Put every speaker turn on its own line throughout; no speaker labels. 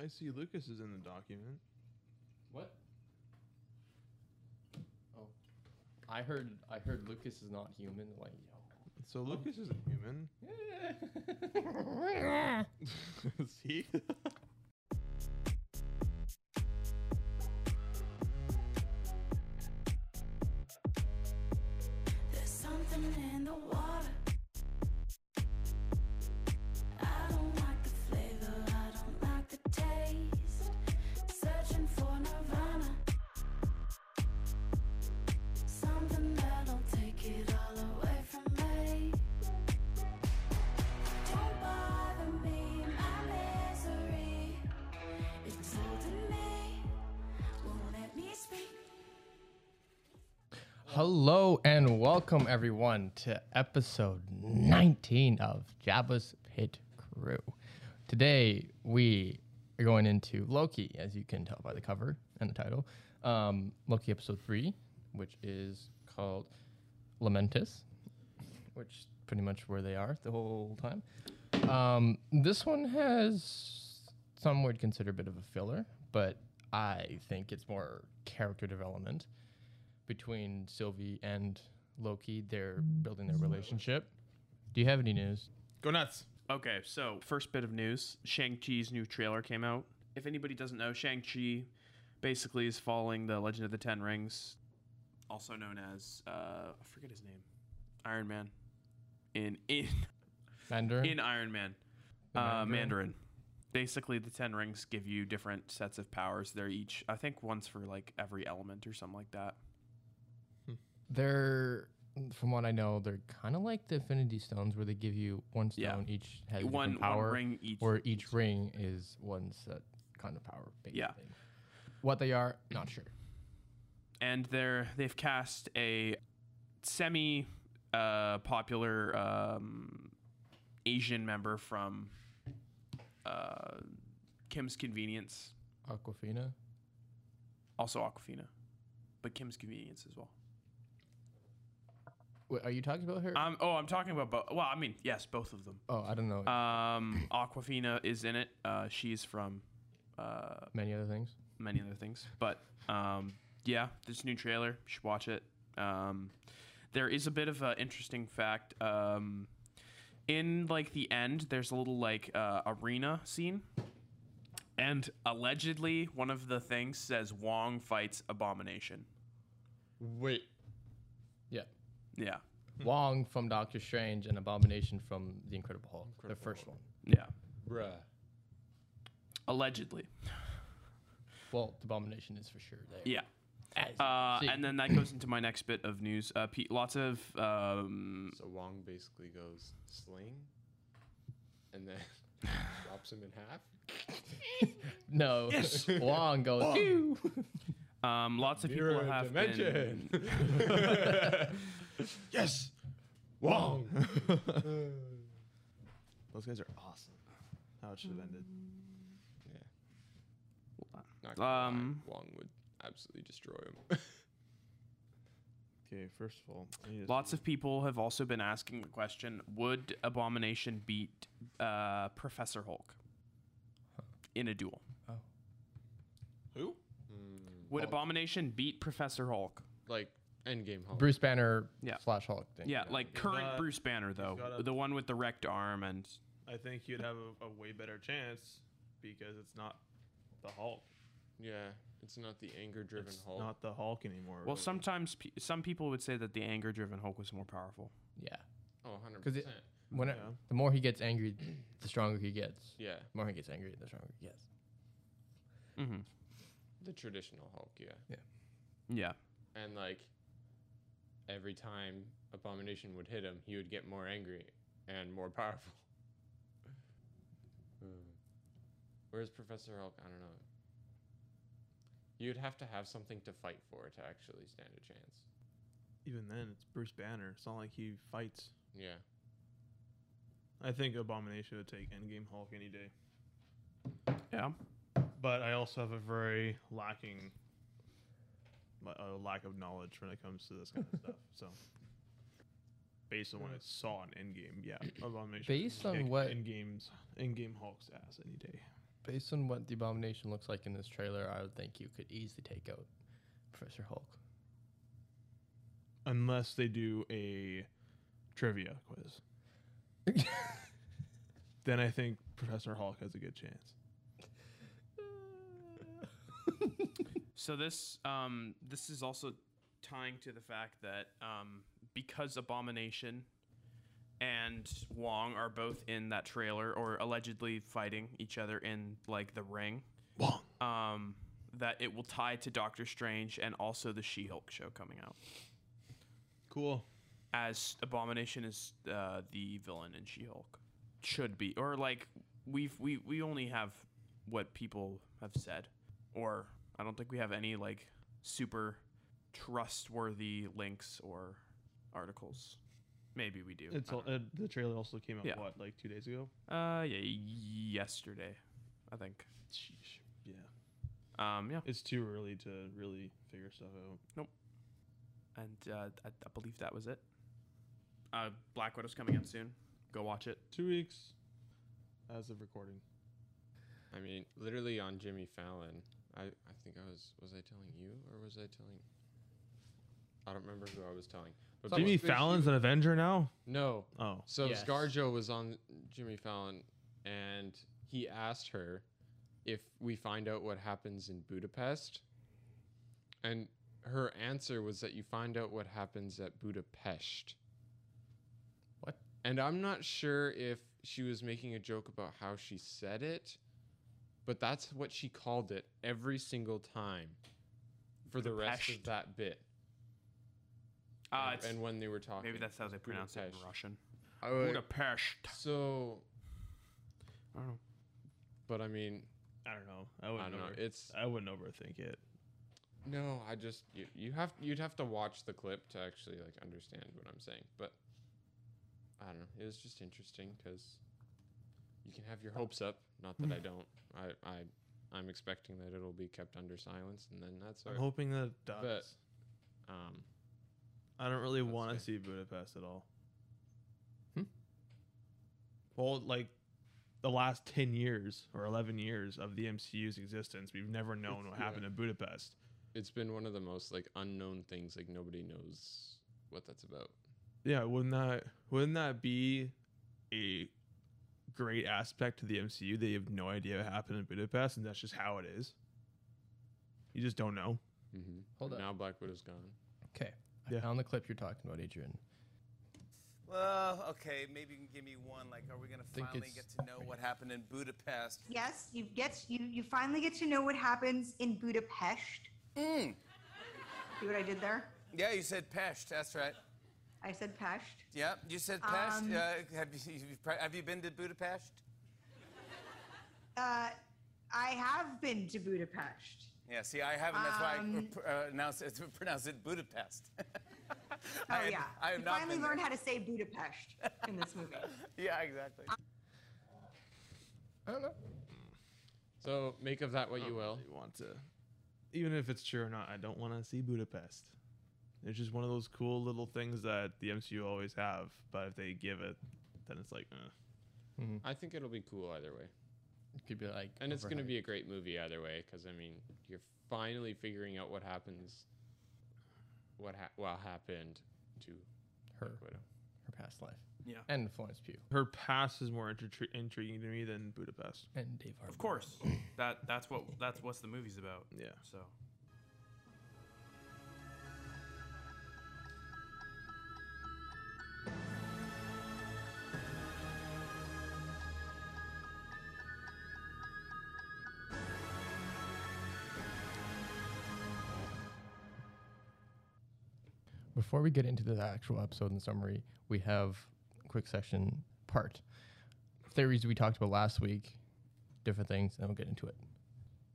I see Lucas is in the document.
What? Oh, I heard. I heard Lucas is not human. Like yo.
So Lucas isn't human. see?
There's something in the water. I don't like the flavor, I don't like the taste. Searching for nirvana. Something that'll take it all away from me. Don't bother me, my misery. It's holding me, won't let me speak.
Hello and welcome everyone to episode 19 of Jabba's Pit Crew. Today we are going into Loki, as you can tell by the cover and the title. Um, Loki episode three, which is called Lamentus, which is pretty much where they are the whole time. Um, this one has some would consider a bit of a filler, but I think it's more character development between Sylvie and Loki. They're building their relationship. Do you have any news?
Go nuts.
Okay, so first bit of news Shang-Chi's new trailer came out. If anybody doesn't know, Shang-Chi basically is following the Legend of the Ten Rings, also known as, uh, I forget his name, Iron Man. In, in,
Mandarin?
in Iron Man, uh, Mandarin. Basically, the Ten Rings give you different sets of powers. They're each, I think, one's for like every element or something like that.
they're, from what I know, they're kind of like the Infinity Stones, where they give you one
Yeah.
stone each has a
One-
different
one
power,
ring each-
or each ring is one set kind of power. Basically.
Yeah.
What they are, not sure.
and they're they've cast a semi uh, popular um, Asian member from uh, Kim's Convenience,
Aquafina.
also Aquafina, but Kim's Convenience as well.
Wait, are you talking about her?
Um, oh, I'm talking about both. Well, I mean, yes, both of them.
oh, I don't know.
Um, Aquafina is in it. Uh, she's from uh,
Many other things.
many other things. But um, yeah, this new trailer, you should watch it. Um, there is a bit of an interesting fact. Um, in like the end, there's a little like uh, arena scene, and allegedly one of the things says Wong fights Abomination.
Wait. Yeah.
Yeah,
Wong from Doctor Strange and Abomination from The Incredible Hulk, the first one.
yeah,
Bruh.
allegedly.
Well, the Abomination is for sure there.
Yeah.
As
Uh,
you see.
and then that goes into my next bit of news. Uh, Pete, lots of um,
So Wong basically goes sling, and then drops him in half.
no, Wong goes. "Ew."
um, lots of people
Mirror
have been
dimension. yes, Wong.
Those guys are awesome. How it should have ended.
yeah. Not gonna
Um,
lie, Wong would absolutely destroy him.
Okay, first of all, I need to-
Lots of people have also been asking the question: Would Abomination beat uh, Professor Hulk in a duel?
who? Hmm.
Would Abomination beat Professor Hulk?
like Endgame Hulk.
Bruce Banner
Yeah.
slash Hulk thing.
Yeah, like current
got-
Bruce Banner though,
got a-
the one with the wrecked arm and
I think you'd have a, a way better chance because it's not the Hulk.
Yeah, it's not the anger-driven
It's
Hulk.
not the Hulk anymore.
well,
really.
sometimes pe- some people would say that the anger-driven Hulk was more powerful.
yeah.
oh, 100
Because
percent.
when
Yeah.
the more he gets angry, the stronger he gets.
Yeah,
The more he gets angry, the stronger he gets.
Mm-hmm.
the traditional Hulk. Yeah.
Yeah,
and like every time abomination would hit him he would get more angry and more powerful Hmm. whereas professor hulk i don't know you'd have to have something to fight for to actually stand a chance
even then, it's Bruce Banner. It's not like he fights.
yeah
I think Abomination would take Endgame Hulk any day.
yeah.
But I also have a very lacking, a lack of knowledge when it comes to this kind of stuff. So, based on what I saw in Endgame, yeah, Abomination.
Based
would
on
kick
what-
Endgame's Endgame Hulk's ass any day.
Based on what the abomination looks like in this trailer, I would think you could easily take out Professor Hulk.
unless they do a trivia quiz. then I think Professor Hulk has a good chance.
So this um, this is also tying to the fact that um, because Abomination and Wong are both in that trailer or allegedly fighting each other in like the ring,
Wong.
um, that it will tie to Doctor Strange and also the She-Hulk show coming out.
Cool.
As Abomination is uh, the villain in She-Hulk, should be or like we've we we only have what people have said, or I don't think we have any like super trustworthy links or articles. Maybe we do.
It's
I
all,
don't know.
uh, the trailer also came out
Yeah.
what like two days ago.
uh yeah yesterday, I think.
Sheesh. Yeah,
Um yeah,
it's too early to really figure stuff out.
and uh, I, I believe that was it. Uh, Black Widow's coming out soon. Go watch it.
Two weeks as of recording.
I mean, literally on Jimmy Fallon. I, I think I was was I telling you or was I telling? I don't remember who I was telling. But
Jimmy
basically-
an Avenger now.
No,
Oh,
So
Yes.
ScarJo was on Jimmy Fallon, and he asked her if we find out what happens in Budapest, and her answer was that you find out what happens at Budapest.
What?
And I'm not sure if she was making a joke about how she said it, but that's what she called it every single time for the rest of
Budapest.
that bit.
Uh,
and-
it's,
and when they were talking,
maybe that's how they pronounce it in
Budapest.
Russian.
I would-
Budapest.
so,
I don't know.
but I mean,
I don't know. I
I
Oh,
wouldn't.
don't know.
over-
It's
I wouldn't overthink it.
No, I just you, you have you'd have to watch the clip to actually like understand what I'm saying. But I don't know. It was just interesting because you can have your hopes up. Not that I don't. I I I'm expecting that it'll be kept under silence, and then that's
I'm
our,
hoping that it does.
But- um.
I don't really
That's
want to
good.
see Budapest at all.
Hmm?
Well, like the last 10 years or 11 years of the MCU's existence, we've never known
It's-
what happened
yeah.
in Budapest.
It's been one of the most like unknown things. Like nobody knows what that's about.
Yeah, wouldn't that wouldn't that be a great aspect to the MCU? They have no idea what happened in Budapest and that's just how it is. You just don't know.
Mm-hmm.
Hold up.
Now Black Widow's gone.
Okay. I
Yeah.
found the clip you're talking about, Adrian.
Well, okay, maybe you can give me one. Like, are we going to
Think
finally get
it's-
to know what happened in Budapest?
Yes, you get you you finally get to know what happens in Budapest.
Mm.
See what I did there?
Yeah, you said Pest. That's right.
I said Pest.
Yeah, you said Pest.
Um,
uh, have, you, you've pr- have you been to Budapest?
Uh, I have been to Budapest.
Yeah, see, I haven't. That's why I
Um,
pr- uh, announced it, pronounced it Budapest. oh,
Oh
I have,
yeah,
I have
you
not
finally
been
learned
there.
how to say Budapest in this movie.
Yeah, exactly.
I don't know.
So make of that what
Oh.
you will.
You want to even if it's true or not, I don't want to see Budapest. It's just one of those cool little things that the MCU always have, but if they give it, then it's like, eh.
I think it'll be cool either way.
It could be like.
And it's going to
overhyped.
be a great movie either way, because I mean, you're finally figuring out what happens, what ha- well happened to
her,
Black Widow.
her past life.
Yeah.
And Florence Pugh
her past is more intri- intriguing to me than Budapest.
and Dave Harbour.
Of course. That that's what that's what the movie's about.
Yeah.
So
Before we get into the actual episode and summary, we have a quick section part. Theories we talked about last week, different things, and we'll get into it.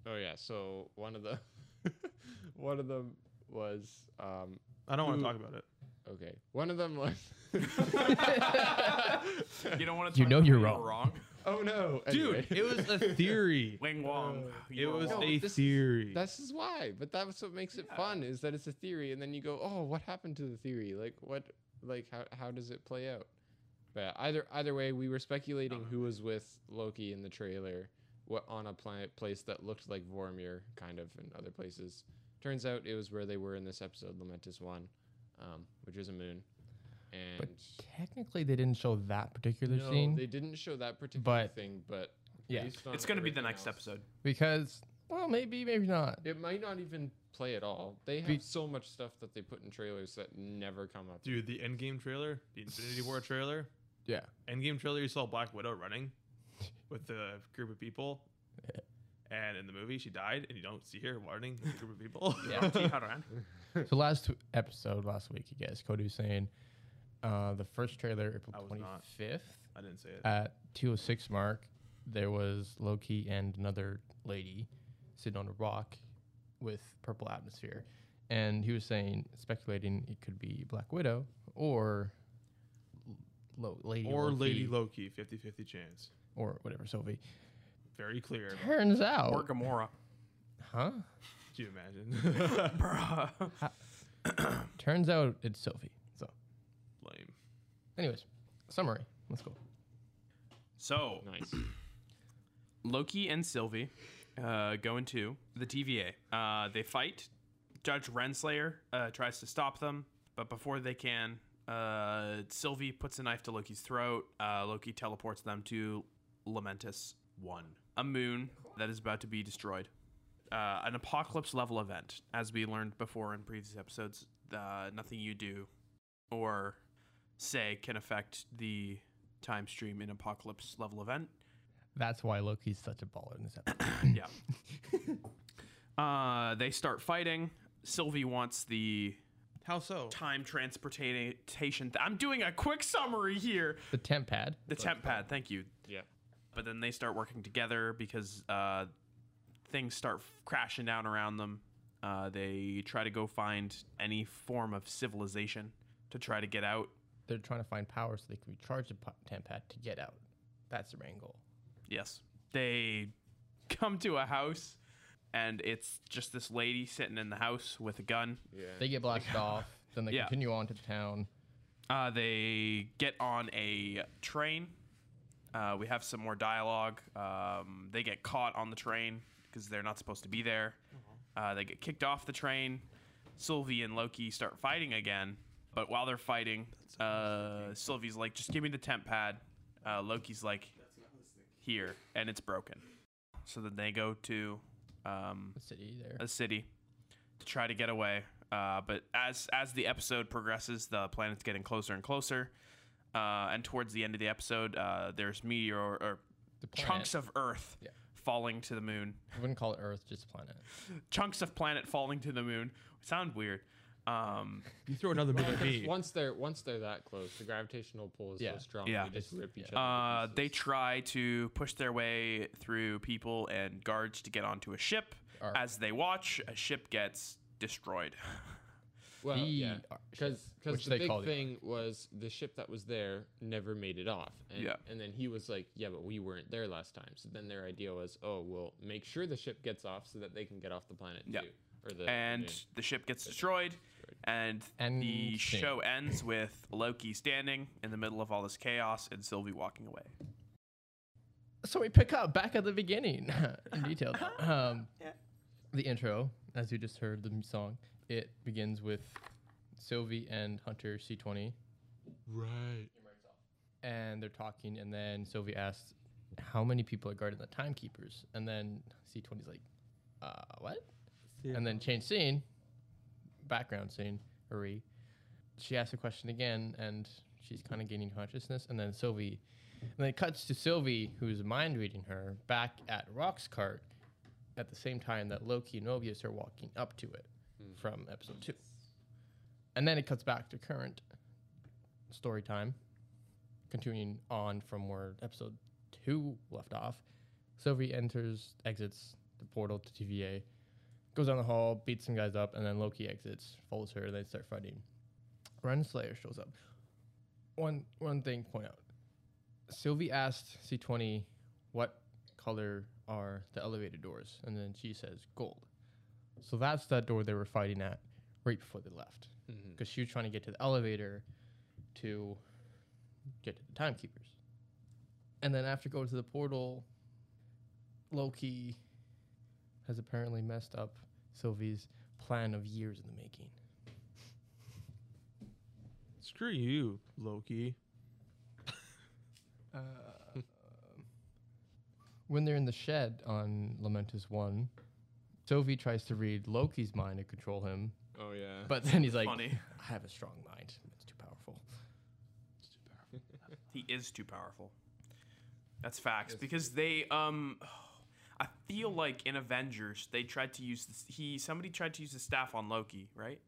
Oh yeah, so one of the one of them was um
I don't want
Who-
to talk about it.
okay, one of them was
you don't want to.
You know you're wrong.
oh no, anyway.
was a theory.
Wing Wong.
it
you were
was
wrong.
a
this is-
theory.
That's just why, but that's what makes it fun is that it's a theory, and then you go, oh, what happened to the theory? Like what? Like how how does it play out? But either either way, we were speculating who was with Loki in the trailer, what on a planet place that looked like Vormir, kind of, and other places. Turns out it was where they were in this episode, Lamentus One, um, which is a moon. And
But technically, they didn't show that particular
no,
scene
they didn't show that particular
But-
thing, but
yeah.
based on
It's going to be the
everything
next
else-
episode.
because, well, maybe, maybe not.
It might not even play at all. They have
Be-
so much stuff that they put in trailers that never come up.
Dude, the Endgame trailer, the Infinity War trailer,
Yeah.
Endgame trailer, you saw Black Widow running with a group of people. And in the movie, she died, and you don't see her running with a group of people.
Yeah.
T. Haran.
So last w- episode last week, I guess Cody was saying uh, the first trailer,
I
April
was
twenty
not.
fifth
I didn't say it.
at two o six mark, there was Loki and another lady sitting on a rock with purple atmosphere, and he was saying speculating it could be Black Widow or Lo- Lady
or
Loki
Lady Loki, 50 50 chance.
or whatever Sylvie.
Very clear.
Turns out,
Or Gamora.
huh?
Could you imagine?
Bruh.
Turns out it's Sylvie. So,
Lame.
anyways, summary. Let's go.
So,
Nice.
Loki and Sylvie uh, go into the TVA. Uh, they fight. Judge Renslayer uh, tries to stop them, but before they can, uh, Sylvie puts a knife to Loki's throat. Uh, Loki teleports them to Lamentus 1, a moon that is about to be destroyed. Uh, an apocalypse level event, as we learned before in previous episodes. Uh, nothing you do or say can affect the time stream in apocalypse level event.
That's why Loki's such a baller in this episode.
Yeah. uh, they start fighting. Sylvie wants the
How so?
time transportation. Th- I'm doing a quick summary here.
the temp pad.
The temp pad, thank you.
yeah.
But then they start working together because uh, things start f- crashing down around them. Uh, they try to go find any form of civilization to try to get out.
They're trying to find power so they can recharge the po- temp pad to get out. That's their main goal.
Yes. They come to a house, and it's just this lady sitting in the house with a gun.
Yeah.
They get blasted off, then they
Yeah.
continue on to the town.
Uh, they get on a train. Uh, we have some more dialogue. Um, they get caught on the train because they're not supposed to be there. Uh, they get kicked off the train. Sylvie and Loki start fighting again. But while they're fighting, uh, Sylvie's like, just give me the temp pad. Uh, Loki's like, here. And it's broken. So then they go to um,
The city there.
a city to try to get away. Uh, but as as the episode progresses, the planet's getting closer and closer. Uh, and towards the end of the episode, uh, there's meteor or
The planet.
chunks of Earth
Yeah.
falling to the moon.
I wouldn't call it Earth, just planet.
Chunks of planet falling to the moon. Sound weird. Um,
You throw another movie at me.
Once they're once they're that close, the gravitational pull is
Yeah.
so strong
Yeah.
they just rip each
uh,
other. to
they
pieces.
try to push their way through people and guards to get onto a ship.
Arr.
As they watch, a ship gets destroyed.
well,
the
yeah,
ar- ship,
because
which
the
they
big
call the
thing was the ship that was there never made it off. And,
Yeah.
and then he was like, yeah, but we weren't there last time. So then their idea was, oh, we'll make sure the ship gets off so that they can get off the planet
Yeah.
too. Or the
and
moon.
the ship gets destroyed and
And
the
scene.
show ends with loki standing in the middle of all this chaos and sylvie walking away
So we pick up back at the beginning in detail. Um, The intro, as you just heard the m- song, it begins with Sylvie and Hunter C20.
right.
and they're talking, and then Sylvie asks, "How many people are guarding the timekeepers?" And then C20's like, "Uh, what?" And then change scene, background scene. Hurry. She asks a question again, and she's kind of gaining consciousness. And then Sylvie, and then it cuts to Sylvie, who's mind reading her, back at Rock's cart, at the same time that Loki and Mobius are walking up to it from episode two. And then it cuts back to current story time continuing on from where episode two left off, Sylvie enters, exits the portal to TVA, goes down the hall, beats some guys up, and then Loki exits, follows her, and they start fighting. Renslayer shows up. One one thing to point out. Sylvie asked C twenty what color are the elevator doors, and then she says gold. So that's that door they were fighting at right before they left. Because she was trying to get to the elevator to get to the timekeepers. And then after going to the portal, Loki has apparently messed up Sylvie's plan of years in the making.
Screw you, Loki.
When they're in the shed on Lamentus 1, Sylvie tries to read Loki's mind and control him,
Oh yeah.
but then he's like,
Funny.
I have a strong mind. It's too powerful.
He is too powerful. That's facts because they um I feel like in Avengers they tried to use this he somebody tried to use the staff on Loki, right?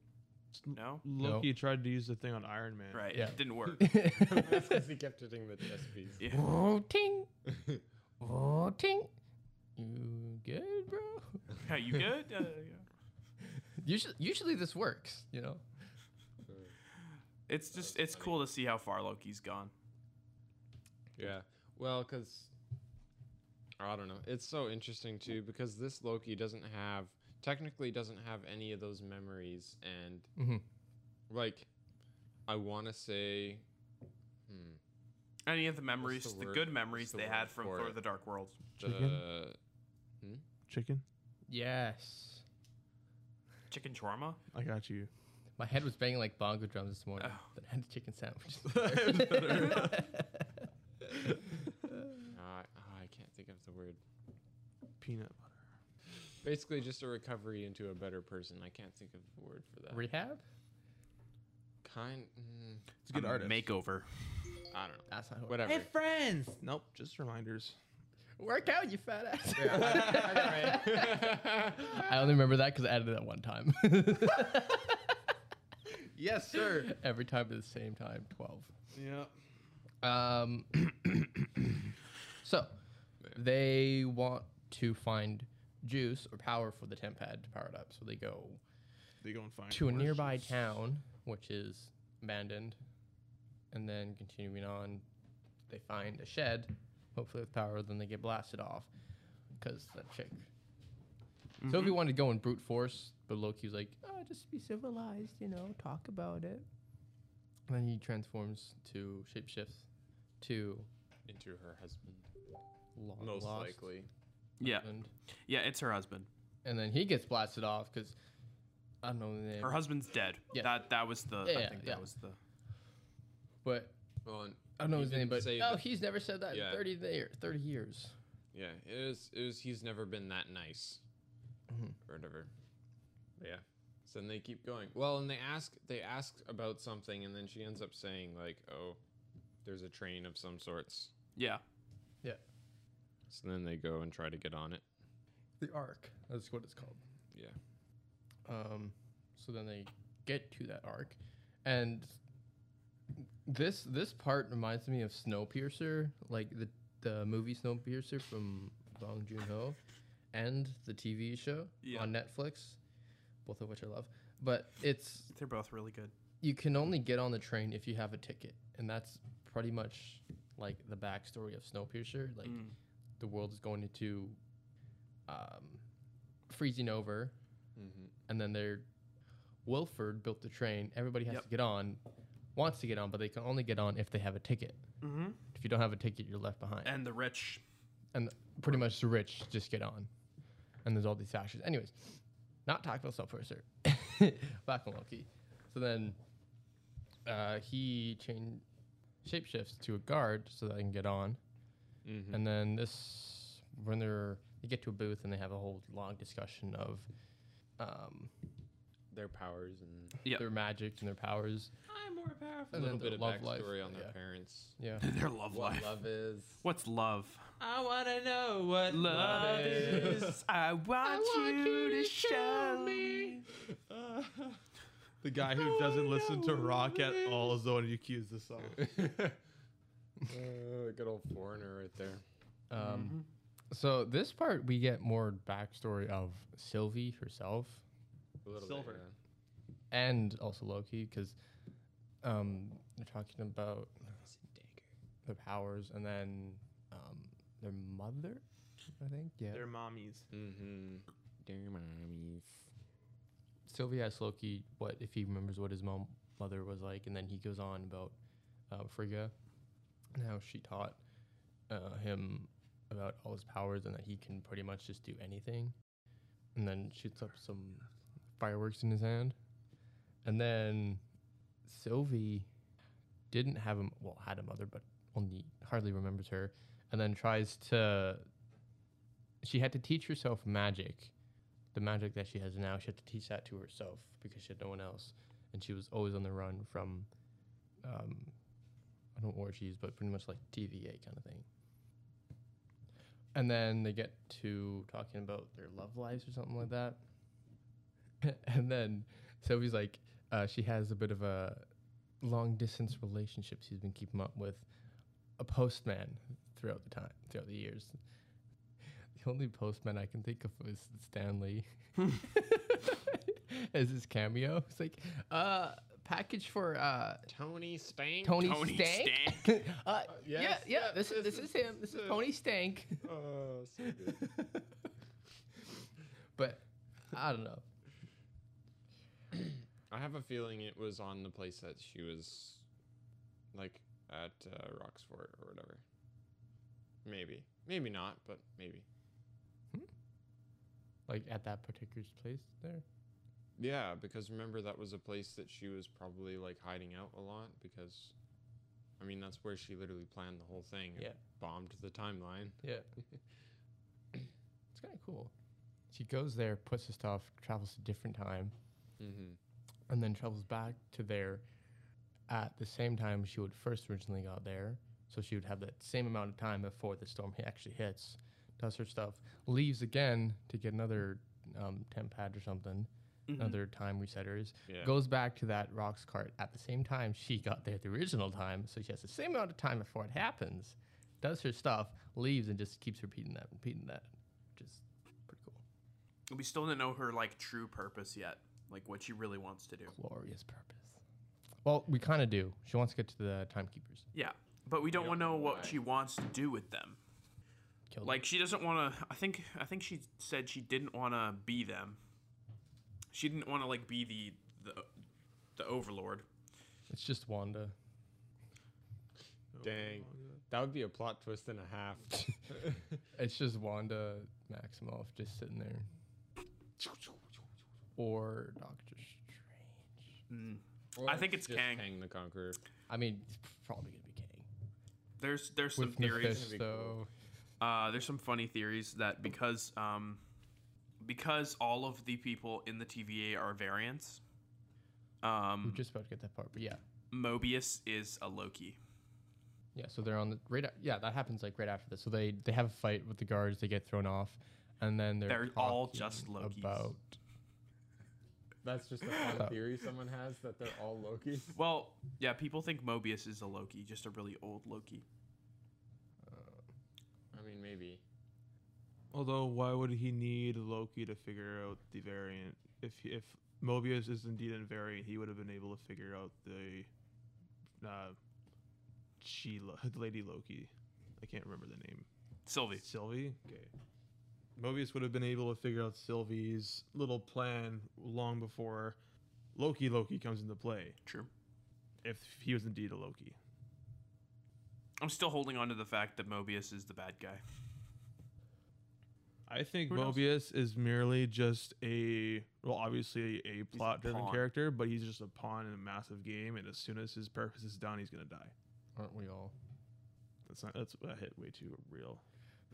No?
Loki tried to use the thing on Iron Man.
Right.
Yeah.
It didn't work.
That's because he kept hitting the chest piece.
Yeah.
Oh, ting. Oh, ting. You good, bro?
Are you good? Uh, yeah.
Usually, usually this works, you know?
It's just it's cool to see how far Loki's gone.
Yeah. Well, because I don't know. It's so interesting too because this Loki doesn't have technically doesn't have any of those memories and
Mhm.
like I want to say hmm,
Any of the memories,
the
the,
word-
good memories
what's the
they
word
had from
for
Thor:
it?
The Dark World.
the
Chicken,
Yes.
Chicken shawarma.
I got you.
My head was banging like bongo drums this morning,
Oh.
but I had a chicken sandwich.
uh, oh, I can't think of the word.
Peanut butter.
Basically, just a recovery into a better person. I can't think of the word for that.
Rehab?
kind. Mm,
It's a good
A
artist.
Makeover.
I don't know.
That's not what.
Whatever.
Hey, friends. Nope, just reminders.
Work out, you fat ass.
I got
I only remember that because I added that one time.
Yes, sir.
Every time at the same time, 12.
yeah.
Um, so they want to find juice or power for the temp pad to power it up. So they go
They go and find
to a
more
nearby
juice.
town, which is abandoned. And then continuing on, they find a shed, hopefully with power. Then they get blasted off because that chick.
Mm-hmm.
Sylvie wanted to go in brute force, but Loki's like, oh, just be civilized, you know, talk about it. And then he transforms to shapeshifts to
it. Into her husband.
lo-
Most
lost
likely.
Yeah,
husband.
yeah. It's her husband.
And then he gets blasted off because I don't know the name.
Her husband's dead.
Yeah.
That that was the.
Yeah,
I think
yeah.
that was the.
but
Well, and
I don't know
he
his name,
didn't
but
say
oh,
that-
he's never said that
Yeah.
in 30 years. 30 years.
Yeah, it was, it was he's never been that nice. Or whatever. Yeah. So then they keep going. Well, and they ask they ask about something and then she ends up saying like, "Oh, there's a train of some sorts."
Yeah.
Yeah.
So then they go and try to get on it.
The Ark. That's what it's called.
Yeah.
Um, so then they get to that arc, and this this part reminds me of Snowpiercer, like the the movie Snowpiercer from Bong Joon Ho, and the TV show
Yeah.
on Netflix, both of which I love. But it's
They're both really good.
you can only get on the train if you have a ticket, and that's pretty much like the backstory of Snowpiercer. Like
Mm.
the world is going into um, freezing over, and then they're Wilford built the train. Everybody has
Yep.
to get on, wants to get on, but they can only get on if they have a ticket.
Mm-hmm.
If you don't have a ticket, you're left behind.
And the rich.
And pretty much the rich just get on, and there's all these factions. Anyways, not talk about Snowpiercer. Back on Loki. So then uh, he chain shapeshifts to a guard so that I can get on. And then this, when they're they get to a booth and they have a whole long discussion of um,
Their powers and
Yep.
their magic and their powers.
I'm more powerful. A
And
little
then
bit
the
of
love life,
backstory on their
yeah.
parents.
Yeah,
Their love
What
life.
love is.
What's love?
I want to know what
Love is. I want,
want
you to show me.
The guy who doesn't listen to rock at all is the one who accused this song.
Uh, good old foreigner right there.
Um, So this part we get more backstory of Sylvie herself
A little
Silver.
Bit, yeah.
and also Loki because um, they're talking about their powers and then um, their mother, I think. Yeah.
They're mommies.
Mm-hmm. Dear mommies.
Sylvie asks Loki what if he remembers what his mom mother was like, and then he goes on about uh, Frigga and how she taught uh, him uh, about all his powers and that he can pretty much just do anything. And then shoots up some fireworks in his hand. And then Sylvie didn't have him, well, had a mother, but only hardly remembers her. And then tries to, she had to teach herself magic. The magic that she has now, she had to teach that to herself because she had no one else. And she was always on the run from, um, I don't know what she's, but pretty much like TVA kind of thing. And then they get to talking about their love lives or something like that. and then Sylvie's like, uh, she has a bit of a long distance relationship she's been keeping up with a postman throughout the time, throughout the years. The only postman I can think of is Stanley. As his cameo, it's like, uh, package for uh,
Tony Stank.
Tony,
Tony
Stank. uh,
yes,
yeah, yeah,
yeah,
This is
this
this is him. This is Tony Stank.
Oh, so good.
but I don't know.
I have a feeling it was on the place that she was, like, at uh, Roxford or whatever. Maybe. Maybe not, but maybe.
Like at that particular place there.
Yeah, because remember that was a place that she was probably like hiding out a lot because I mean that's where she literally planned the whole thing. and
Yeah.
Bombed the timeline.
Yeah. it's kind of cool. She goes there, puts the stuff, travels to different time,
Mm-hmm.
and then travels back to there at the same time she would first originally got there. So she would have that same amount of time before the storm hit- actually hits, does her stuff, leaves again to get another um, temp pad or something,
Mm-hmm.
another time resetters,
Yeah.
goes back to that rocks cart at the same time she got there the original time. So she has the same amount of time before it happens, does her stuff, leaves, and just keeps repeating that, repeating that. Just pretty cool.
We still didn't know her like true purpose yet, like what she really wants to do.
Glorious purpose. Well, we kind of do. She wants to get to the timekeepers.
Yeah, but we don't
don't
want to know
know
what
why.
she wants to do with them.
Kill them.
Like she doesn't want to. I think I think she said she didn't want to be them. She didn't want to like be the the the overlord.
It's just Wanda.
Dang. That would be a plot twist and a half.
It's just Wanda Maximoff just sitting there. Or Doctor Strange.
Or
I think it's
just
Kang.
Kang the Conqueror.
I mean, it's probably gonna be Kang
There's there's some
with
theories.
Mephisto.
Uh, there's some funny theories that because um, because all of the people in the TVA are variants.
We're
Um,
just about to get that part, but yeah,
Mobius is a Loki.
yeah. So they're on the right. a- Yeah, that happens like right after this. So they they have a fight with the guards. They get thrown off, and then they're,
They're all just
talking
Lokis.
About
That's just a
Oh.
fun theory someone has that they're all Loki.
Well, yeah, people think Mobius is a Loki, just a really old Loki.
I mean maybe.
Although, why would he need Loki to figure out the variant? If he- if Mobius is indeed a variant, he would have been able to figure out the uh, she Lo- Lady Loki. I can't remember the name.
Sylvie.
Sylvie. Okay. Mobius would have been able to figure out Sylvie's little plan long before Loki Loki comes into play.
True.
If he was indeed a Loki.
I'm still holding on to the fact that Mobius is the bad guy.
I think
Who knows?
Mobius is merely just a well, obviously a plot driven
pawn.
character, but he's just a pawn in a massive game. And as soon as his purpose is done, he's gonna die.
aren't we all?
That's not that's that hit way too real.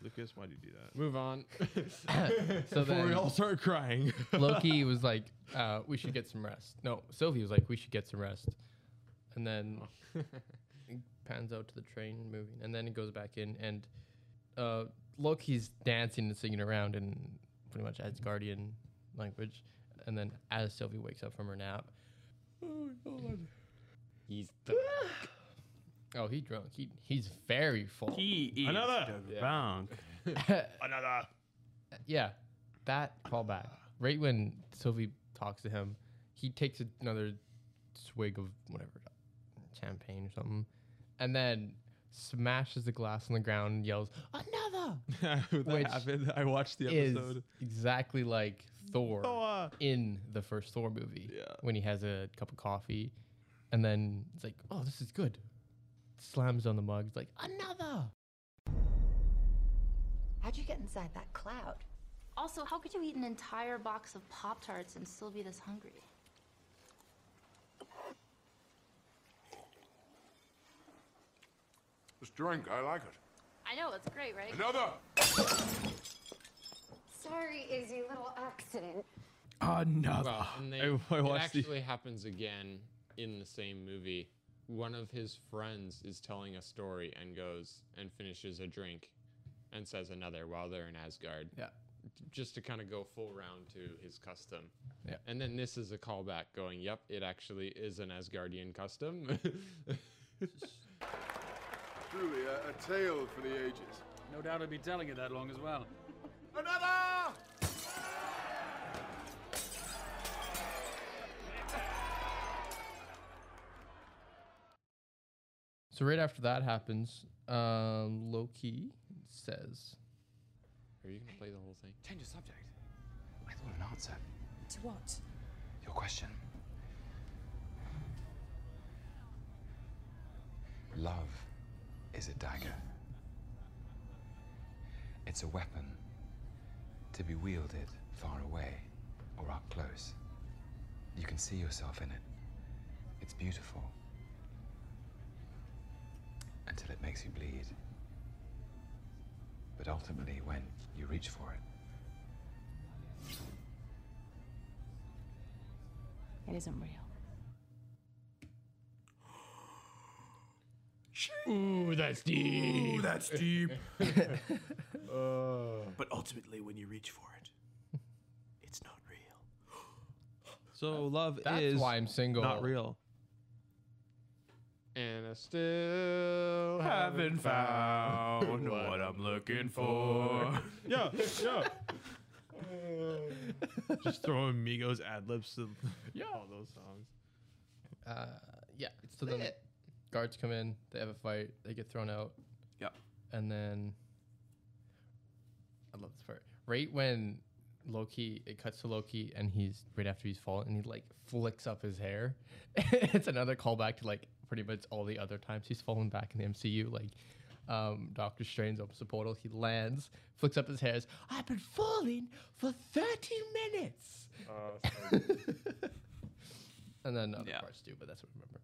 Lucas, why'd you do that?
Move on.
So
Before
then
we all start crying.
Loki was like, uh, "We should get some rest." No, Sylvie was like, "We should get some rest," and then it pans out to the train moving, and then it goes back in, and uh, Loki's dancing and singing around in pretty much Asgardian language, and then as Sylvie wakes up from her nap,
He's the
oh, he drunk. He he's very full.
He is
Another
the-
yeah. bound. Another.
yeah, that callback. Right when Sylvie talks to him, he takes another swig of whatever champagne or something, and then smashes the glass on the ground and yells, "Another!"
That
Which
happened. I watched the
Is
episode.
exactly like Thor
Thor.
in the first Thor movie
Yeah.
when he has a cup of coffee, and then it's like, "Oh, this is good." Slams on the mug. It's like another.
How'd you get inside that cloud?
Also, how could you eat an entire box of Pop Tarts and still be this hungry?
This drink, I like it.
I know, it's great, right?
Another!
Sorry, Izzy, little accident.
Another.
Well, and they,
I- I
it
Ah, watched the-
actually happens again in the same movie. One of his friends is telling a story and goes and finishes a drink and says another while they're in Asgard,
Yeah.
just to kind of go full round to his custom.
Yeah.
And then this is a callback going, yep, it actually is an Asgardian custom.
Truly, a, a tale for the ages.
No doubt I'd be telling it that long as well.
Another!
So right after that happens, um, Loki says,
Are you going to play the whole thing?
Change of subject. I thought an answer.
To what?
Your question. Love is a dagger. It's a weapon to be wielded far away or up close. You can see yourself in it. It's beautiful. Until it makes you bleed. But ultimately, when you reach for it,
It isn't real.
Ooh, that's deep.
Ooh, that's deep.
But ultimately, when you reach for it, it's not real.
So love
"That's
is
why I'm single."
not real.
And I still haven't
found what I'm looking for.
Yeah, yeah.
Just throwing Migos ad libs to all those songs.
Uh, yeah. so then guards come in. They have a fight. They get thrown out.
Yep.
And then I love this part. Right when Loki, it cuts to Loki, and he's right after he's fallen, and he like flicks up his hair. it's another callback to like pretty much all the other times he's fallen back in the MCU. Like um, Doctor Strange opens a portal, he lands, flicks up his hair. is, I've been falling for thirty minutes. and then other
Yeah.
parts too, but that's what I remember.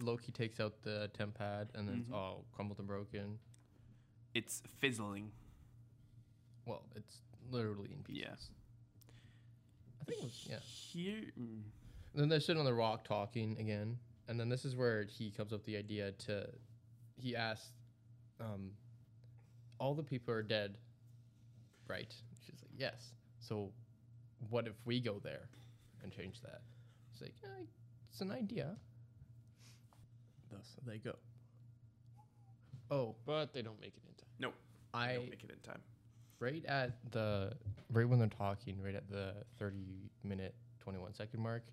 Loki takes out the temp pad, and then it's all crumbled and broken.
It's fizzling.
Well, it's literally in pieces.
Yeah.
I think it was, yeah.
Here. mm.
And then they're sitting on the rock talking again. And then this is where he comes up with the idea to he asks, um, all the people are dead, right? She's like, Yes. So what if we go there and change that? It's like, "Eh, it's an idea. Thus they go. Oh,
But they don't make it in time.
No, I
I
don't make it in time.
right at the right when they're talking, right at the thirty minute twenty one second mark,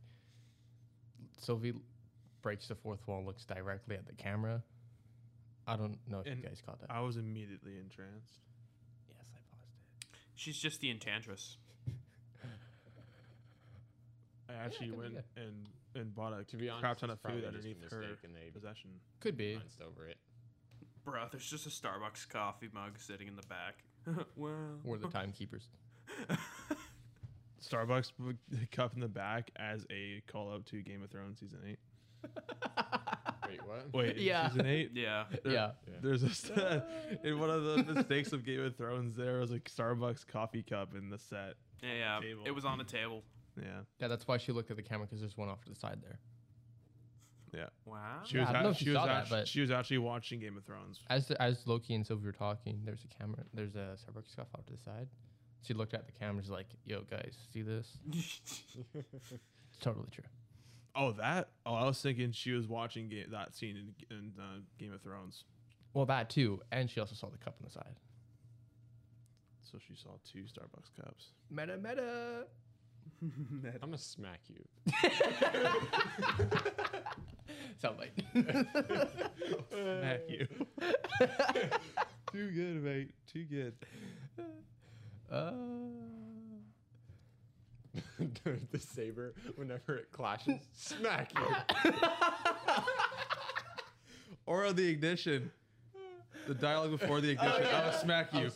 Sylvie breaks the fourth wall, looks directly at the camera. I don't know if
And
you guys caught that.
I was immediately entranced.
yes, I paused it.
She's just the enchantress.
I actually
could be
went and and bought a
To be
crap
honest,
ton
it's
of food
probably just a
underneath her
mistake and they-
possession.
Could be.
Glanced over it.
Bruh, there's just a Starbucks coffee mug sitting in the back. wow.
Or the timekeepers.
Starbucks w- cup in the back as a call out to Game of Thrones season eight.
Wait, what?
Wait,
Yeah.
season eight.
Yeah.
There-
Yeah.
There's a st- in one of the mistakes of Game of Thrones. There was a Starbucks coffee cup in the set.
Yeah. yeah.
Table.
It was on a table.
Yeah,
Yeah, that's why she looked at the camera because there's one off to the side there.
yeah.
Wow.
She
Yeah,
was
I don't know
act-
if you
she was
saw that,
actually,
but-
she was actually watching Game of Thrones.
As the, as Loki and Sylvie were talking, there's a camera. There's a Starbucks cup off to the side. She looked at the camera. She's like, "Yo, guys, see this? It's totally true."
Oh, that. Oh, I was thinking she was watching ga- that scene in, in uh, Game of Thrones,
Well, that too, and she also saw the cup on the side.
so she saw two Starbucks cups.
Meta, meta.
I'm gonna smack you.
Sound like
you. Too good, mate. Too good.
uh,
the saber, whenever it clashes, smack you.
Or the ignition. the dialogue before
Oh,
the ignition. I'll smack you.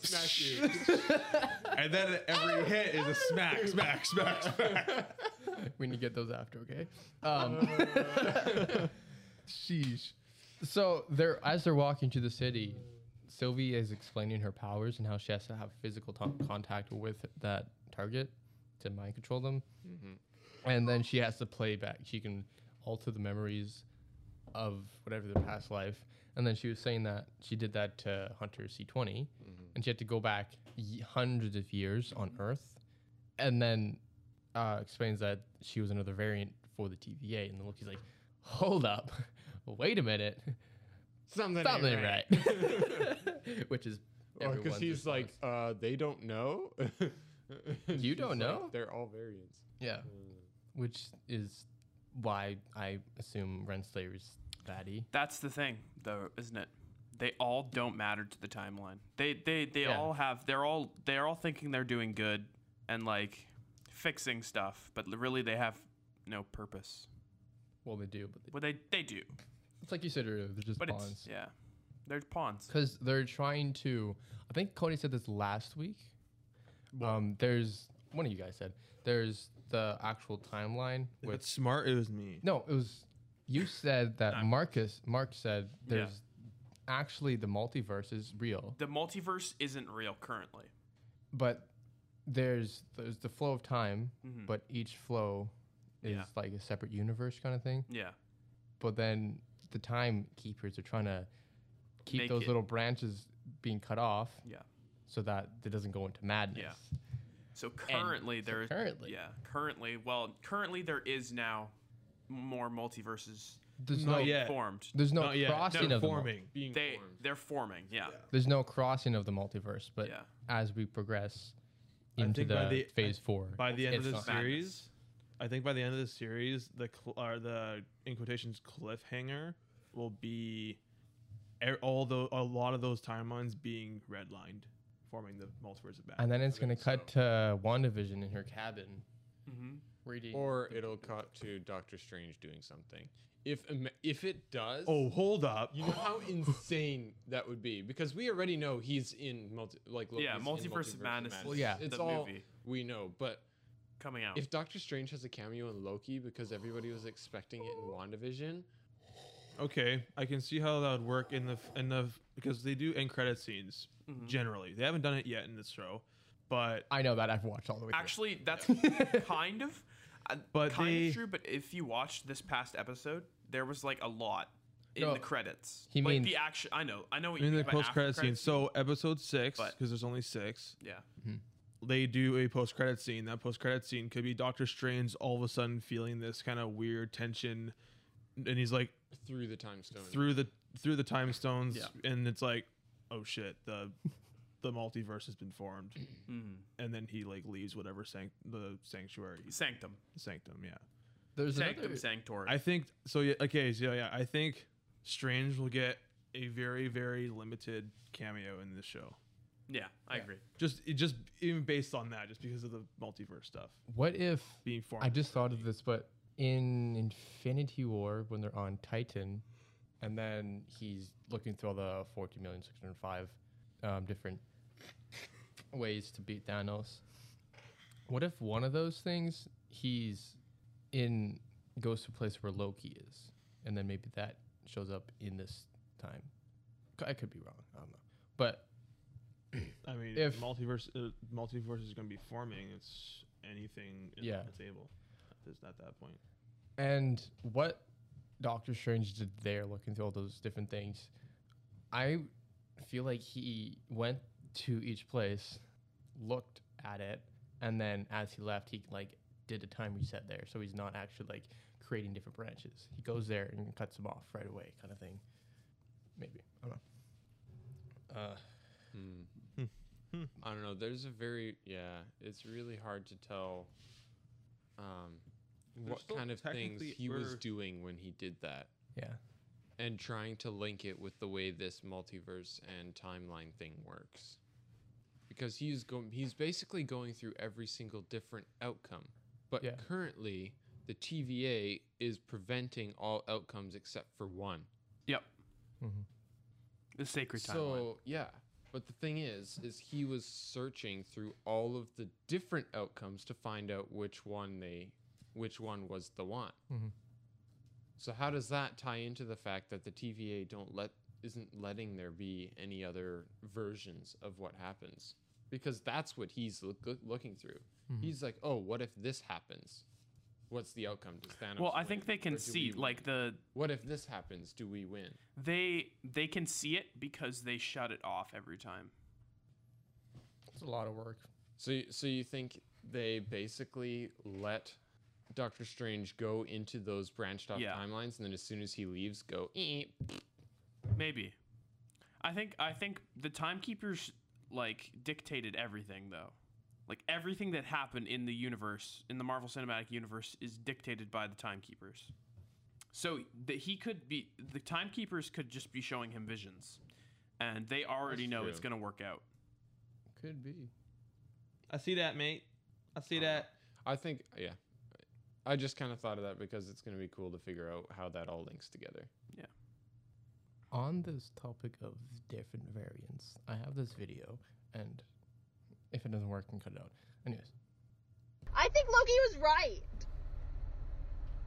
and then every hit is a smack, smack, smack, smack.
we need to get those after, okay? Um, sheesh. So they're as they're walking to the city, Sylvie is explaining her powers and how she has to have physical to- contact with that target to mind control them, and then she has to play back. She can alter the memories of whatever the past life. And then she was saying that she did that to Hunter C20, and she had to go back y- hundreds of years on Earth, and then uh, explains that she was another variant for the TVA. And then Loki's like, "Hold up, wait a minute,
Something,
something
ain't
right," which is
Because
everyone's
Oh, he's like,
response.
uh, they don't know. And
You
she's
don't
like,
know?
They're all variants.
yeah, which is why I assume Renslayer's baddie.
That's the thing, though, isn't it? They all don't matter to the timeline. They they they
Yeah.
all have. They're all they're all thinking they're doing good and like fixing stuff, but l- really they have no purpose.
Well, they do, but they,
Well, they they do,
it's like you said earlier, they're just
but
pawns.
it's yeah, they're pawns.
because they're trying to. I think Cody said this last week. Um, there's one of you guys said there's the actual timeline.
If
With
it's smart, it was me.
no, it was you said that Marcus. Mark said
Yeah.
there's actually the multiverse is real,
The multiverse isn't real currently.
but there's there's the flow of time, but each flow is
Mm-hmm. Yeah.
like a separate universe kind of thing.
Yeah,
But then the timekeepers are trying to keep
Make
those
it-
little branches being cut off
yeah.
so that it doesn't go into madness.
So currently
so
there.
currently.
Yeah, currently. Well, currently there is now more multiverses
There's
Not
no
yet. Yeah.
formed.
There's no
Not yet.
crossing
No,
of the
forming.
Being
They
formed.
they're forming. Yeah.
mul- there's no crossing of the multiverse, but
Yeah.
as we progress
I
into
think
the,
by the-
phase four,
By the end of
it's
the
not-
series, I think by the end of the series, the cl- or the in quotations cliffhanger will be e- all the a lot of those timelines being redlined, forming the multiverse of
and
madness.
then it's gonna cut to WandaVision in her cabin,
Mm-hmm.
reading.
Or it'll cut to Doctor Strange doing something. If ima- if it does,
Oh, hold up!
you know how insane that would be because we already know he's in multi like
Yeah,
Loki's in
Multiverse of Madness
is Yeah.
it's
the
all
movie.
we know. But
Coming out.
if Doctor Strange has a cameo in Loki because everybody was expecting it in WandaVision,
Okay, I can see how that would work in the f- in the f- because they do end credit scenes generally. They haven't done it yet in this show, but
I know that I've watched all the way. Actually,
Actually, that's kind of, uh,
But
kind
they-
of true. But if you watched this past episode, there was like a lot in
No,
the credits.
he
like
means-
the action. I know, I know what you
in
mean
the
by
post credit
after
scene. So episode six,
But-
because there's only six.
yeah,
they do a post credit scene. That post credit scene could be Doctor Strange all of a sudden feeling this kind of weird tension, and he's like
through the time stone,
through the through the time stones,
Yeah.
and it's like, oh shit, the the multiverse has been formed, and then he like leaves whatever sanct the sanctuary
Sanctum,
sanctum. Yeah,
there's
Sanctum,
another.
Sanctorum.
I think so. Yeah, okay, so yeah, I think Strange will get a very very limited cameo in this show.
yeah, I agree.
Just it just even based on that, just because of the multiverse stuff
What if
being formed.
I just thought of this, but in Infinity War when they're on Titan, and then he's looking through all the forty million six hundred five um, different ways to beat Thanos. What if one of those things he's in goes to a place where Loki is, and then maybe that shows up in this time? C- I could be wrong. I don't know, but
I mean,
If-
if multiverse uh, multiverse is going to be forming, it's anything is
Yeah.
on the table. Just at that point,
And what Doctor Strange did there, looking through all those different things, I feel like he went to each place, looked at it, and then as he left, he like did a time reset there. So he's not actually like creating different branches. He goes there and cuts them off right away, kind of thing. Maybe I don't know. Uh,
Hmm.
I don't know. There's a very yeah. It's really hard to tell. Um, what
still
kind of things
technically
he was
are-
doing when he did that,
yeah,
and trying to link it with the way this multiverse and timeline thing works, because he's going. He's basically going through every single different outcome, but
Yeah.
currently the TVA is preventing all outcomes except for one.
Yep. The sacred
so,
timeline.
yeah. But the thing is, is he was searching through all of the different outcomes to find out which one they, which one was the one.
Mhm.
So how does that tie into the fact that the TVA don't let isn't letting there be any other versions of what happens? Because that's what he's look, look- looking through.
Mhm.
He's like, oh, what if this happens? What's the outcome? Does Thanos?
Well, I
win?
think they
Or
can
do
see
we
like the
what if this happens? Do we win?
they they can see it because they shut it off every time.
It's a lot of work.
So, y- so you think they basically let Doctor Strange go into those branched off
Yeah.
timelines, and then as soon as he leaves, go "Eh, eh."
Maybe. I think I think the timekeepers like dictated everything though. Like everything that happened in the universe, in the Marvel Cinematic Universe is dictated by the timekeepers. So that he could be the timekeepers could just be showing him visions. And they already
That's
know it's
true.
going to work out.
could be.
I see that, mate. I see that.
I think, yeah. I just kind of thought of that because it's going to be cool to figure out how that all links together.
On this topic of different variants, I have this video, and if it doesn't work, I can cut it out. Anyways,
I think Loki was right.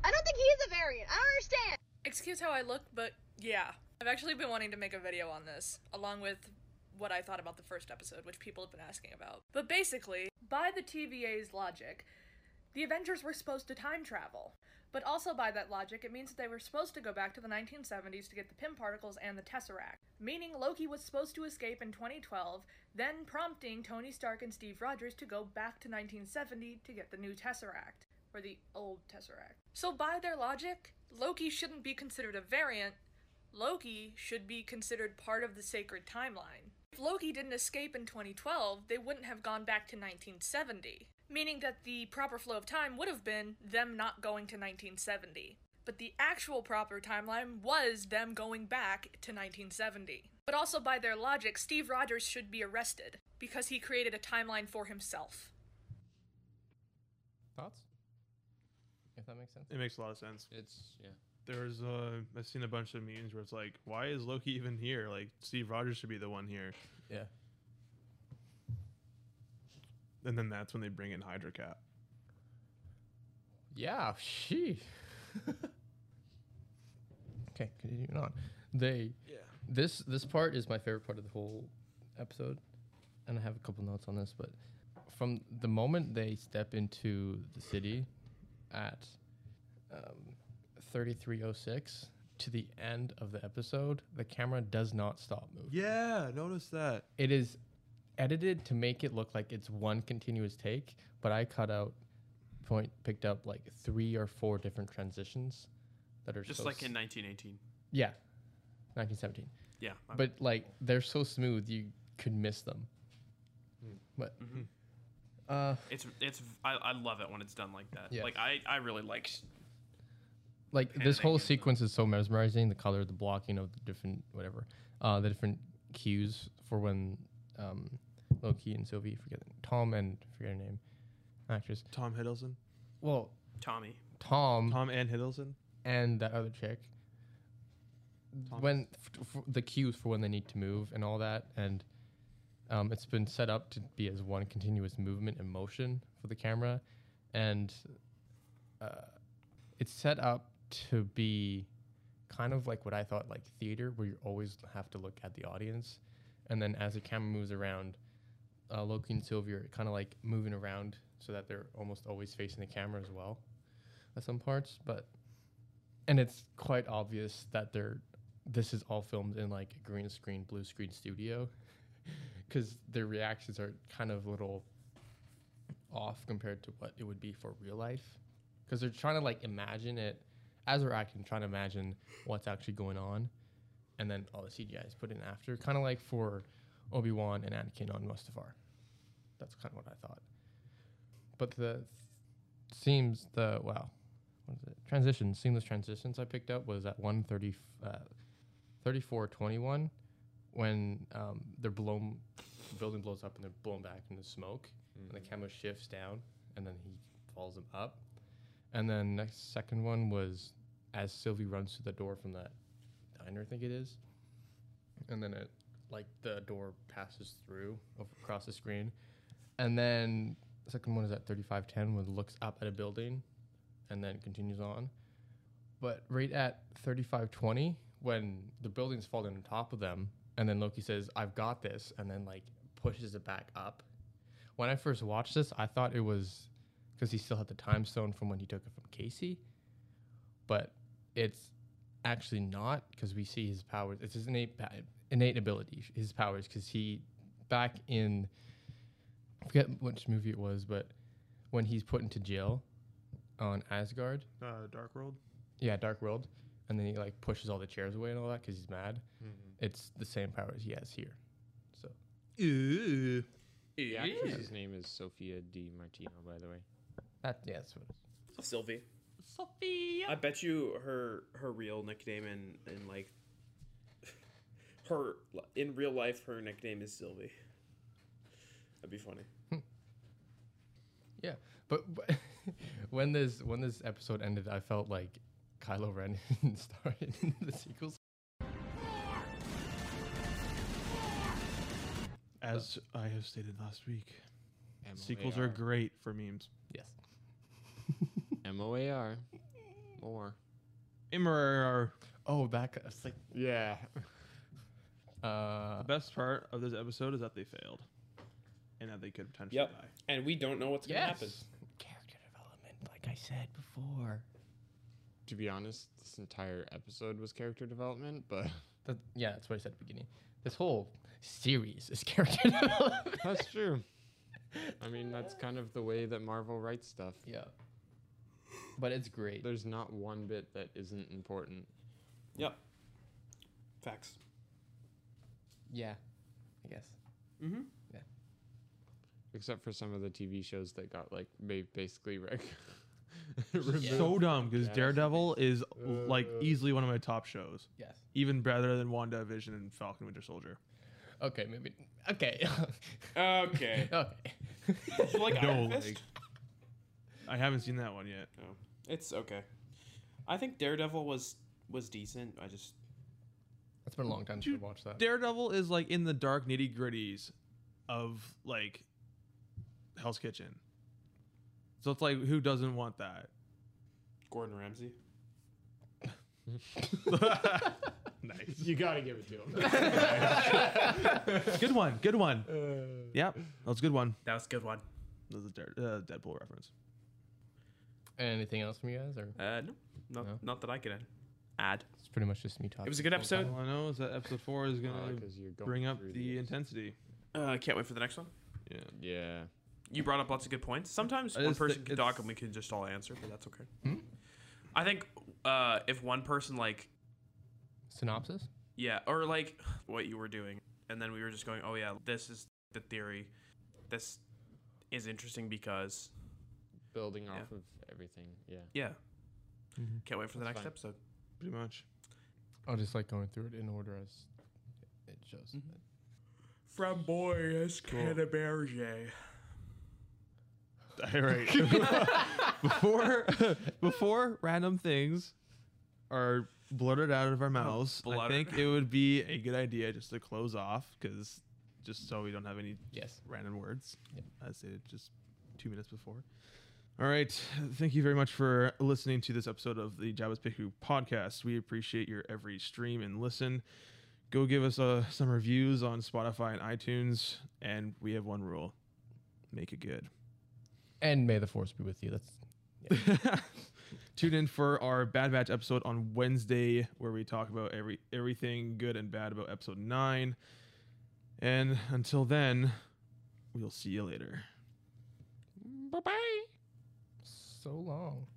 I don't think he is a variant. I don't understand.
Excuse how I look, but yeah. I've actually been wanting to make a video on this, along with what I thought about the first episode, which people have been asking about. But basically, by the TVA's logic, the Avengers were supposed to time travel. But also by that logic, it means that they were supposed to go back to the 1970s to get the Pym particles and the Tesseract, meaning Loki was supposed to escape in 2012, then prompting Tony Stark and Steve Rogers to go back to 1970 to get the new Tesseract, or the old Tesseract. So by their logic, Loki shouldn't be considered a variant. Loki should be considered part of the sacred timeline. If Loki didn't escape in 2012, they wouldn't have gone back to 1970, meaning that the proper flow of time would have been them not going to 1970. But the actual proper timeline was them going back to 1970. But also, by their logic, Steve Rogers should be arrested because he created a timeline for himself.
thoughts? If that makes sense.
It makes a lot of sense.
It's yeah.
There's uh, I've seen a bunch of memes where it's like, why is Loki even here? Like Steve Rogers should be the one here,
Yeah.
and then that's when they bring in Hydra Cat.
Yeah, she. okay, continuing on. They.
Yeah.
This this part is my favorite part of the whole episode, and I have a couple notes on this. But from the moment they step into the city, at um, thirty three oh six to the end of the episode, the camera does not stop moving.
Yeah, notice that.
It is edited to make it look like it's one continuous take, but I cut out point picked up like three or four different transitions that are
Just
so
like
s-
in 1918.
yeah, 1917.
Yeah, my
but like they're so smooth you could miss them. But uh,
It's it's I, I love it when it's done like that.
Yeah.
Like I I really like
like this whole
Panic
sequence is so mesmerizing the color the blocking of the different whatever uh the different cues for when um loki and sylvie forget tom and forget her name actress
Tom Hiddleston.
well
Tommy.
Mm.
tom
Tom and Hiddleston.
and that other chick when f- f- the cues for when they need to move and all that and um, it's been set up to be as one continuous movement and motion for the camera and uh, it's set up to be kind of like what i thought like theater where you always have to look at the audience and then as the camera moves around uh, loki and sylvia are kind of like moving around so that they're almost always facing the camera as well at some parts but and it's quite obvious that they're this is all filmed in like a green screen blue screen studio because their reactions are kind of a little off compared to what it would be for real life because they're trying to like imagine it as they're acting trying to imagine what's actually going on and then all the cgi is put in after kind of like for obi-wan and anakin on mustafar that's kind of what i thought but the seems the wow what is it? Transitions, seamless transitions I picked up was at 130, uh, 3421 when um, they're blown, the building blows up and they're blown back in the smoke. And the camera shifts down and then he follows them up. And then next second one was as Sylvie runs to the door from that diner, I think it is. and then it like the door passes through of- across the screen, and then the second one is at 3510, when it looks up at a building, and then continues on. But right at 3520, when the building's falling on top of them, and then Loki says, "I've got this," and then like pushes it back up. When I first watched this, I thought it was because he still had the time stone from when he took it from Casey, but it's actually not because we see his powers. It's his innate pa- innate ability, his powers, because he back in I forget which movie it was, but when he's put into jail on Asgard,
Uh, Dark World.
yeah, Dark World, and then he like pushes all the chairs away and all that because he's mad.
Mhm.
It's the same powers he has here. So
The
Yeah.
actress's name is Sophia Di Martino, by the way.
that yeah, that's what
Sylvie. Sophia. I bet you her her real nickname in in like her in real life her nickname is Sylvie. That'd be funny.
Yeah, but, but when this when this episode ended, I felt like Kylo Ren started in the sequels.
As I have stated last week,
M O A
sequels are
R.
great for memes.
Yes.
M O A R. More.
Imrar.
Oh, that. It's like
yeah.
Uh,
the best part of this episode is that they failed, and that they could potentially
Yep.
die.
And we don't know what's gonna happen.
Yes. Character development, like I said before.
To be honest, this entire episode was character development, but
That, yeah, that's what I said at the beginning. This whole series is character development.
that's true. I mean, that's kind of the way that Marvel writes stuff.
Yeah. But it's great.
There's not one bit that isn't important.
Yep. Facts.
Yeah, I guess.
Mm-hmm.
Except for some of the TV shows that got like ba- basically wreck.
So dumb because
Yeah.
Daredevil is like
Uh.
easily one of my top shows.
Yes.
Even better than WandaVision and Falcon Winter Soldier.
Okay, maybe. Okay.
Okay.
okay.
Did you like Iron Fist?
like, I haven't seen that one yet.
No. Oh. It's okay. I think Daredevil was was decent. I just
It's been a long time since we watched that.
Daredevil is like in the dark nitty gritties of like Hell's Kitchen. So it's like who doesn't want that?
Gordon Ramsay.
nice.
You gotta give it to
good one. Good one.
Uh.
yep. That was a good one.
That was a good one.
That was a Dare- uh, Deadpool reference.
Anything else from you guys? Or
Uh, no, not,
No?
not that I can add.
it's pretty much just me talking.
It was a good episode.
All I know is that episode four is gonna
Uh, 'cause you're going
bring up
through
the intensity.
Uh, I can't wait for the next one.
Yeah.
yeah.
You brought up lots of good points. Sometimes
I
one
just thi-
person can talk
it's-
and we can just all answer, but that's okay. I think uh, if one person like
Synopsis?
yeah, or like what you were doing, and then we were just going, oh yeah, this is the theory. This is interesting because
Building
Yeah.
off of everything. Yeah.
yeah. Can't wait for the
That's
next
fine.
episode.
Pretty much.
I'll just like going through it in order as it shows.
Mm-hmm. From Boyas Canterbury.
All right. before before random things are blurted out of our mouths, I
Blurted.
think it would be a good idea just to close off because just so we don't have any
Yes.
random words.
Yep.
I stated just two minutes before. All right. Thank you very much for listening to this episode of the Jabba's Piku podcast. We appreciate your every stream and listen. Go give us uh, some reviews on Spotify and iTunes. And we have one rule make it good.
And may the force be with you. That's
Tune in for our Bad Batch episode on Wednesday, where we talk about every everything good and bad about episode nine. And until then, we'll see you later.
so long.